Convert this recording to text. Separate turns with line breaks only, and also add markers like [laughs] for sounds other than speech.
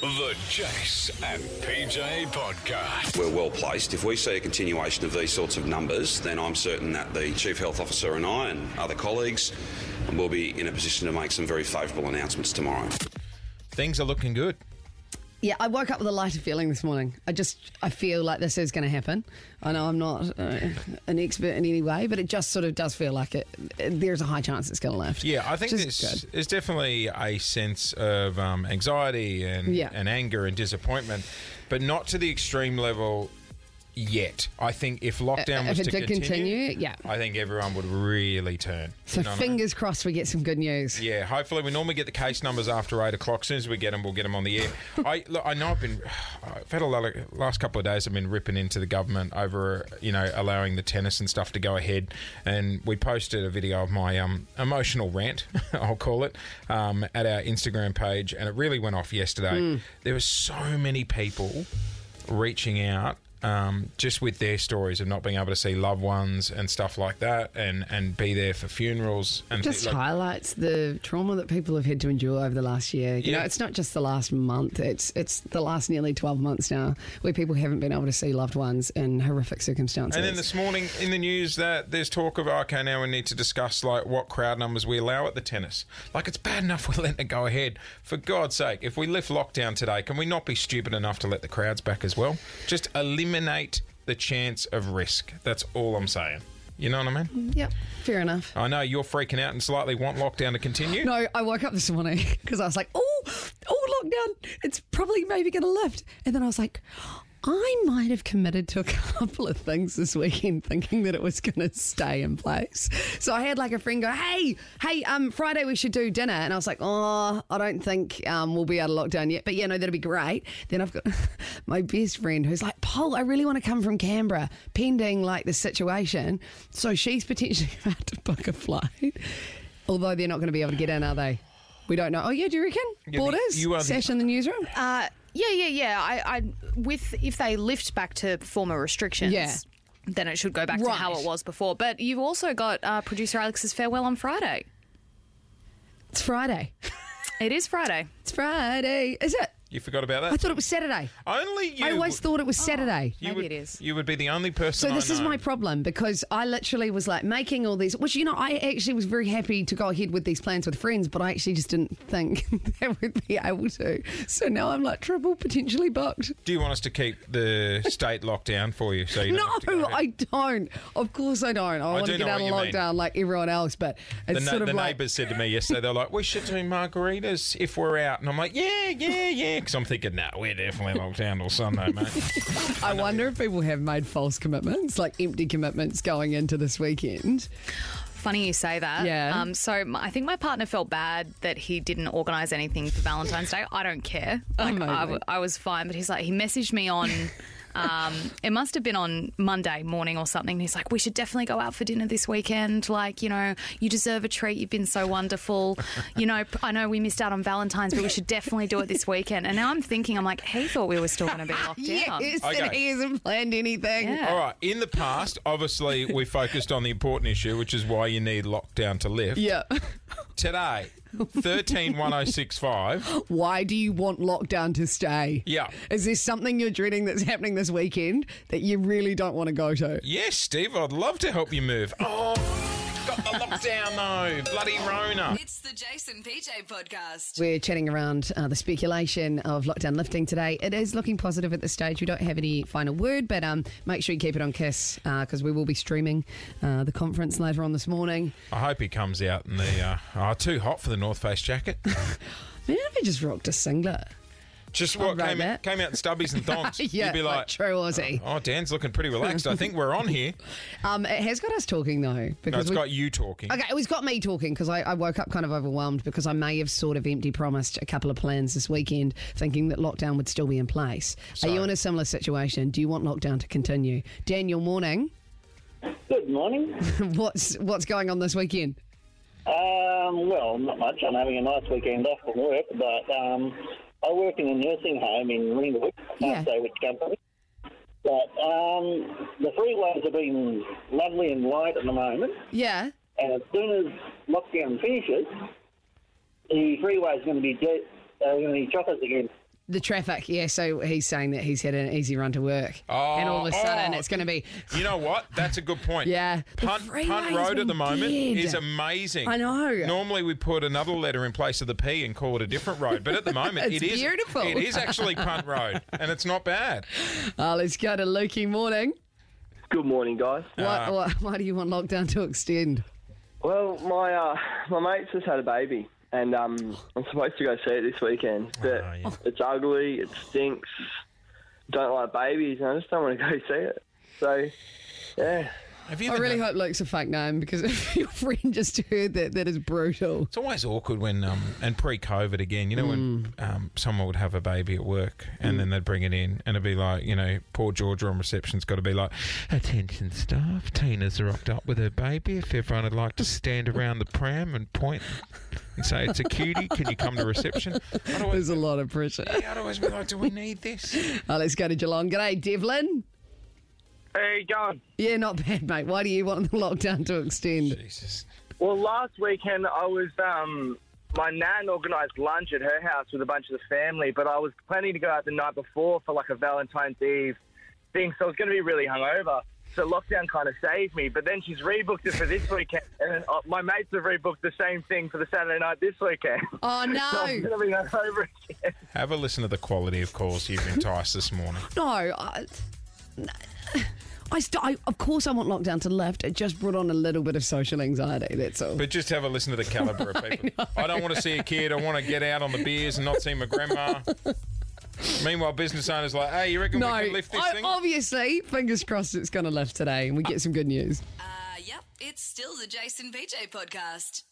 The Jace and PJ Podcast.
We're well placed. If we see a continuation of these sorts of numbers, then I'm certain that the Chief Health Officer and I and other colleagues will be in a position to make some very favourable announcements tomorrow.
Things are looking good.
Yeah, I woke up with a lighter feeling this morning. I just I feel like this is going to happen. I know I'm not uh, an expert in any way, but it just sort of does feel like it. There's a high chance it's going to lift.
Yeah, I think
Which
there's,
is good.
there's definitely a sense of um, anxiety and,
Yeah.
and anger and disappointment, but not to the extreme level yet. I think if lockdown
Uh,
was
if
to
it did continue, yeah.
I think everyone would really turn.
So
You know what I mean?
fingers crossed we get some good news.
[laughs] Yeah, hopefully we normally get the case numbers after eight o'clock. As soon as we get them, we'll get them on the air. I look, I know I've been, I've had a lot of last couple of days. I've been ripping into the government over, you know, allowing the tennis and stuff to go ahead. And we posted a video of my um, emotional rant, [laughs] I'll call it, um, at our Instagram page, and it really went off yesterday. There were so many people reaching out um, just with their stories of not being able to see loved ones and stuff like that, and and be there for funerals and
Just
like,
highlights the trauma that people have had to endure over the last year. You
Yeah.
know, it's not just the last month; it's it's the last nearly twelve months now, where people haven't been able to see loved ones in horrific circumstances.
And then this morning in the news that there's talk of okay now we need to discuss like what crowd numbers we allow at the tennis. Like it's bad enough [laughs] we're letting it go ahead. For God's sake, if we lift lockdown today, can we not be stupid enough to let the crowds back as well? Just eliminate the chance of risk. That's all I'm saying. You know what I mean?
yep, fair enough.
I know you're freaking out and slightly want lockdown to continue.
No, I woke up this morning [laughs] because I was like, oh, oh, lockdown, it's probably maybe going to lift. And then I was like, I might have committed to a [laughs] couple of things this weekend thinking that it was going to stay in place. So I had like a friend go, hey, hey, um, Friday we should do dinner. And I was like, oh, I don't think um, we'll be out of lockdown yet. But yeah, no, that'd be great. Then I've got [laughs] my best friend who's like, Paul, I really want to come from Canberra pending like the situation. So she's [laughs] potentially about to book a flight. Although they're not going to be able to get in, are they? We don't know. Oh, yeah, do you reckon?
Yeah,
Borders?
you are the-
Sash in the newsroom?
[laughs]
Uh, yeah, yeah, yeah. I, I with if they lift back to former restrictions.
Yeah.
Then it should go back to
Right.
how it was before. But you've also got uh, producer Alex's farewell on Friday.
It's Friday.
It is Friday.
It's Friday. Is it?
You forgot about that?
I thought it was Saturday.
Only you
I always
would-
thought it was Saturday.
you
Maybe
would,
it is.
You would be the only person
So this
I
is
know.
my problem because I literally was like making all these, which you know I actually was very happy to go ahead with these plans with friends, but I actually just didn't think [laughs] they would be able to. So now I'm like triple potentially booked.
Do you want us to keep the state lockdown for you so you
[laughs]
don't
No,
have to go ahead?
I don't. Of course I don't. I, want
do
to get
know
out of
what you mean.
lockdown like everyone else, but it's
the, na-
sort of
the
like
neighbours said to me yesterday, they're like, "We should do margaritas if we're out," and I'm like, "Yeah, yeah, yeah," because I'm thinking, "Nah, we're definitely locked down till Sunday, mate."
I wonder if people have made false commitments, like empty commitments going into this weekend.
Funny you say that.
Yeah.
Um, so my, I think my partner felt bad that he didn't organise anything for Valentine's Day. I don't care. Like
Amazing.
I, w- I was fine, but he's like he messaged
[laughs]
me on. Um, it must have been on Monday morning or something. and He's like, "We should definitely go out for dinner this weekend. Like, you know, you deserve a treat. You've been
[laughs]
so wonderful. You know, p- I know we missed out on Valentine's, but we should definitely do it this weekend." And now I'm thinking, I'm like, he thought we were still going to be locked down.
[laughs] Yes, and
Okay.
he hasn't planned anything.
Yeah.
All right. In the past, obviously, we focused on the important issue, which is why you need lockdown to lift.
Yeah. [laughs]
Today, thirteen one oh six five.
Why do you want lockdown to stay?
Yeah.
Is there something you're dreading that's happening this weekend that you really don't want to go to?
Yes, Steve, I'd love to help you move. Oh, got the lockdown though. Bloody Rona.
It's the Jason PJ podcast.
We're chatting around uh, the speculation of lockdown lifting today. It is looking positive at this stage. We don't have any final word, but um, make sure you keep it on Kiss because we will be streaming uh, the conference later on this morning.
I hope he comes out in the. Uh, oh, too hot for the North Face jacket.
Imagine if he just rocked a singlet.
Just what
rate
came
that.
out, came out in stubbies and
[laughs]
thongs. You'd be like,
true Aussie.
Oh, Dan's looking pretty relaxed. I think we're on
[laughs]
here.
Um, it has got us talking though,
No,
because
it's
we-
got you talking.
Okay, it's got me talking because I, I woke up kind of overwhelmed because I may have sort of empty promised a couple of plans this weekend, thinking that lockdown would still be in place. Are you in a similar situation? Do you want lockdown to continue? Daniel, morning. [laughs]
Good morning.
What's what's going on this weekend?
Um, well, not much. I'm having a nice weekend off from work, but um, I work in a nursing home in Ringwood. I can't
Yeah.
say which company. But um, the freeways have been lovely and light at the moment,
Yeah.
and as soon as lockdown finishes, the freeway is going to be de- uh, going to be choppers again.
The traffic, yeah. So he's saying that he's had an easy run to work,
Oh,
and all of a sudden
oh.
it's going to be.
You know what? That's a good point.
Yeah. The
Punt,
freeway's
punt road
been
at the moment
dead.
is amazing.
I know.
Normally we put another letter in place of the P and call it a different road, but at the moment
[laughs] It's
it is
beautiful.
It is actually punt road, and it's not bad.
Oh, let's go to Lukey. Morning.
Good morning, guys.
Uh.
why, why, why do you want lockdown to extend?
Well, my uh, my mate's just had a baby, and um, I'm supposed to go see it this weekend. But
Oh, yeah.
it's ugly, it stinks. Don't like babies, and I just don't want to go see it. So, yeah,
Have you
I
ever
really
no-
hope Luke's a fake name because [laughs] if your friend just heard that, that is brutal.
It's always awkward when, um, and pre-COVID again, you know, when um, someone would have a baby at work and then they'd bring it in and it'd be like, you know, poor Georgia on reception's got to be like, attention staff, Tina's rocked up with her baby. If everyone would like to stand around the pram and point and say it's a cutie, can you come to reception? I'd always,
There's a lot of pressure.
I'd always be like, do we need this?
Oh, let's go to Geelong. G'day, Devlin.
Hey, John.
Yeah, not bad, mate. Why do you want the [laughs] lockdown to extend?
Jesus.
Well, last weekend I was um, my nan organised lunch at her house with a bunch of the family, but I was planning to go out the night before for like a Valentine's Eve thing, so I was going to be really hungover. So lockdown kind of saved me, but then she's rebooked it
[laughs]
for this weekend, and then, uh, my mates have rebooked the same thing for the Saturday night this weekend.
Oh,
[laughs] So I'm
no.
going to be hungover again.
Have a listen to the quality of calls you've enticed this morning.
No. I, I, st- I, of course, I want lockdown to lift. It just brought on a little bit of social anxiety, that's all.
But just have a listen to the
[laughs]
caliber of people. I, don't want to see a kid. I want to get out on the beers and not see
[laughs]
my grandma. Meanwhile, business owners like, hey, you reckon
no,
we can lift this
I-
thing?
obviously, fingers crossed it's going to lift today and we get some good news.
Uh, yep, it's still the Jason PJ podcast.